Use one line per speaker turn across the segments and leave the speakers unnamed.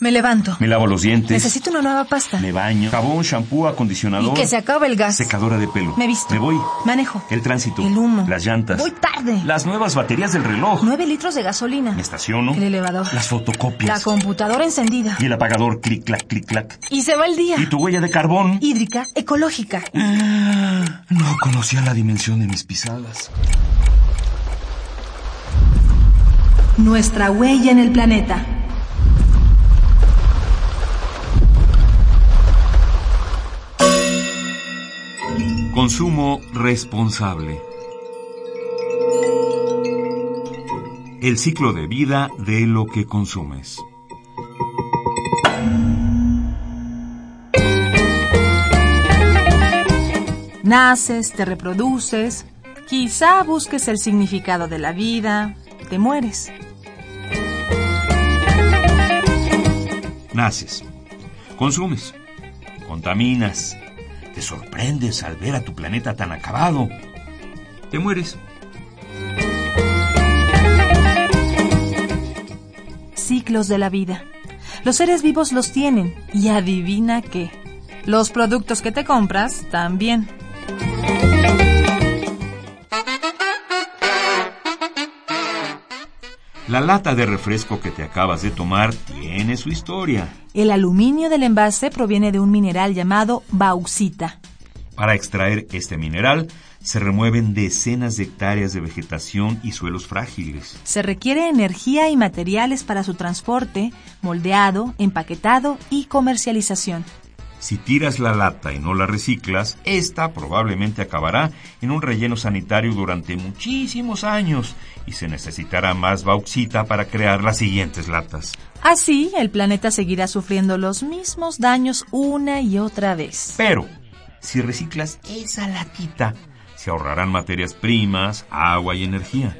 Me levanto.
Me lavo los dientes.
Necesito una nueva pasta.
Me baño. Jabón, shampoo,
Y
acondicionador.
que se acabe el gas.
Secadora de pelo.
Me visto.
Me voy.
Manejo.
El tránsito.
El humo.
Las llantas.
Voy tarde.
Las nuevas baterías del reloj.
Nueve litros de gasolina.
Me estaciono.
El elevador.
Las
La
fotocopias.
computadora encendida.
y el apagador. Clic, clac, clic, clac.
Y se va el día.
Y tu huella de carbón.
Hídrica, ecológica.
No conocía la dimensión de mis pisadas. Mm.
Nuestra huella en el planeta.
Consumo responsable. El ciclo de vida de lo que consumes.
Naces, te reproduces, quizá busques el significado de la vida, te mueres.
Naces, consumes, contaminas, te sorprendes al ver a tu planeta tan acabado, te mueres.
Ciclos de la vida. Los seres vivos los tienen y adivina qué. Los productos que te compras también.
La lata de refresco que te acabas de tomar tiene su historia.
El aluminio del envase proviene de un mineral llamado bauxita.
Para extraer este mineral se remueven decenas de hectáreas de vegetación y suelos frágiles.
Se requiere energía y materiales para su transporte, moldeado, empaquetado y comercialización.
Si tiras la lata y no la reciclas, esta probablemente acabará en un relleno sanitario durante muchísimos años y se necesitará más bauxita para crear las siguientes latas.
Así, el planeta seguirá sufriendo los mismos daños una y otra vez.
Pero, si reciclas esa latita, se ahorrarán materias primas, agua y energía.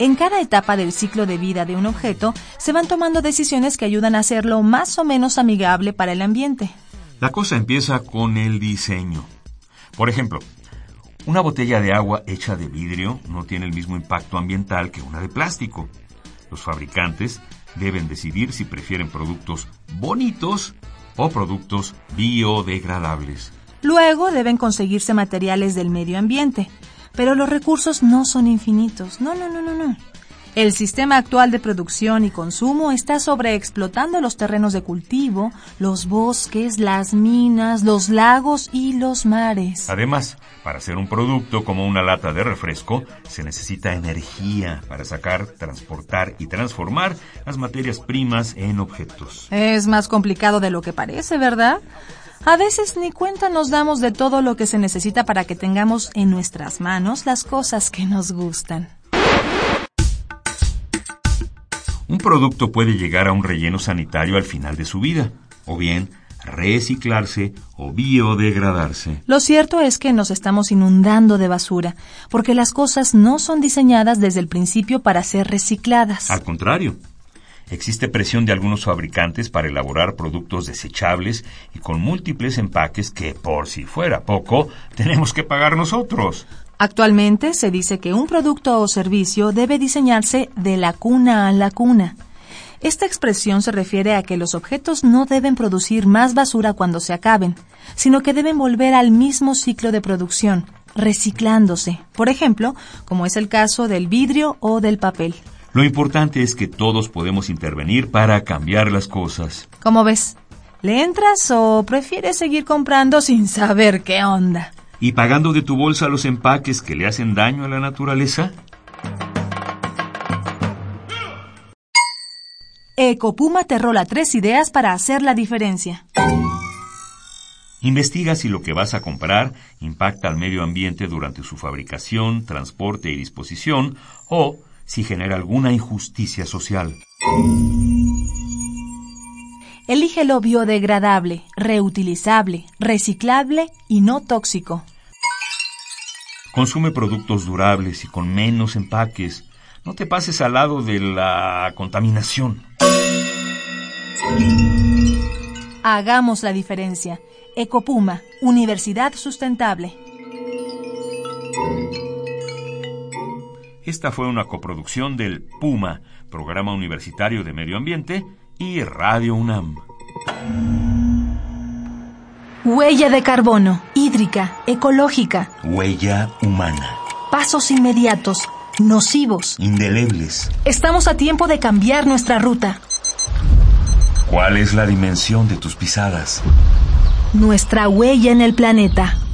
En cada etapa del ciclo de vida de un objeto, se van tomando decisiones que ayudan a hacerlo más o menos amigable para el ambiente.
La cosa empieza con el diseño. Por ejemplo, una botella de agua hecha de vidrio no tiene el mismo impacto ambiental que una de plástico. Los fabricantes deben decidir si prefieren productos bonitos o productos biodegradables.
Luego deben conseguirse materiales del medio ambiente, pero los recursos no son infinitos. No, no, no, no, no. El sistema actual de producción y consumo está sobreexplotando los terrenos de cultivo, los bosques, las minas, los lagos y los mares.
Además, para hacer un producto como una lata de refresco, se necesita energía para sacar, transportar y transformar las materias primas en objetos.
Es más complicado de lo que parece, ¿verdad? A veces ni cuenta nos damos de todo lo que se necesita para que tengamos en nuestras manos las cosas que nos gustan.
Un producto puede llegar a un relleno sanitario al final de su vida, o bien reciclarse o biodegradarse.
Lo cierto es que nos estamos inundando de basura, porque las cosas no son diseñadas desde el principio para ser recicladas.
Al contrario, existe presión de algunos fabricantes para elaborar productos desechables y con múltiples empaques que, por si fuera poco, tenemos que pagar nosotros.
Actualmente se dice que un producto o servicio debe diseñarse de la cuna a la cuna. Esta expresión se refiere a que los objetos no deben producir más basura cuando se acaben, sino que deben volver al mismo ciclo de producción, reciclándose, por ejemplo, como es el caso del vidrio o del papel.
Lo importante es que todos podemos intervenir para cambiar las cosas.
¿Cómo ves? ¿Le entras o prefieres seguir comprando sin saber qué onda?
¿Y pagando de tu bolsa los empaques que le hacen daño a la naturaleza?
Ecopuma te rola tres ideas para hacer la diferencia.
Investiga si lo que vas a comprar impacta al medio ambiente durante su fabricación, transporte y disposición o si genera alguna injusticia social.
Elige lo biodegradable, reutilizable, reciclable y no tóxico.
Consume productos durables y con menos empaques. No te pases al lado de la contaminación.
Hagamos la diferencia. Ecopuma, Universidad Sustentable.
Esta fue una coproducción del PUMA, Programa Universitario de Medio Ambiente, y Radio UNAM.
Huella de carbono, hídrica, ecológica,
Huella humana.
pasos inmediatos, nocivos.
Indelebles.
Estamos a tiempo de cambiar nuestra ruta,
¿Cuál es la dimensión de tus pisadas?
nuestra huella en el planeta.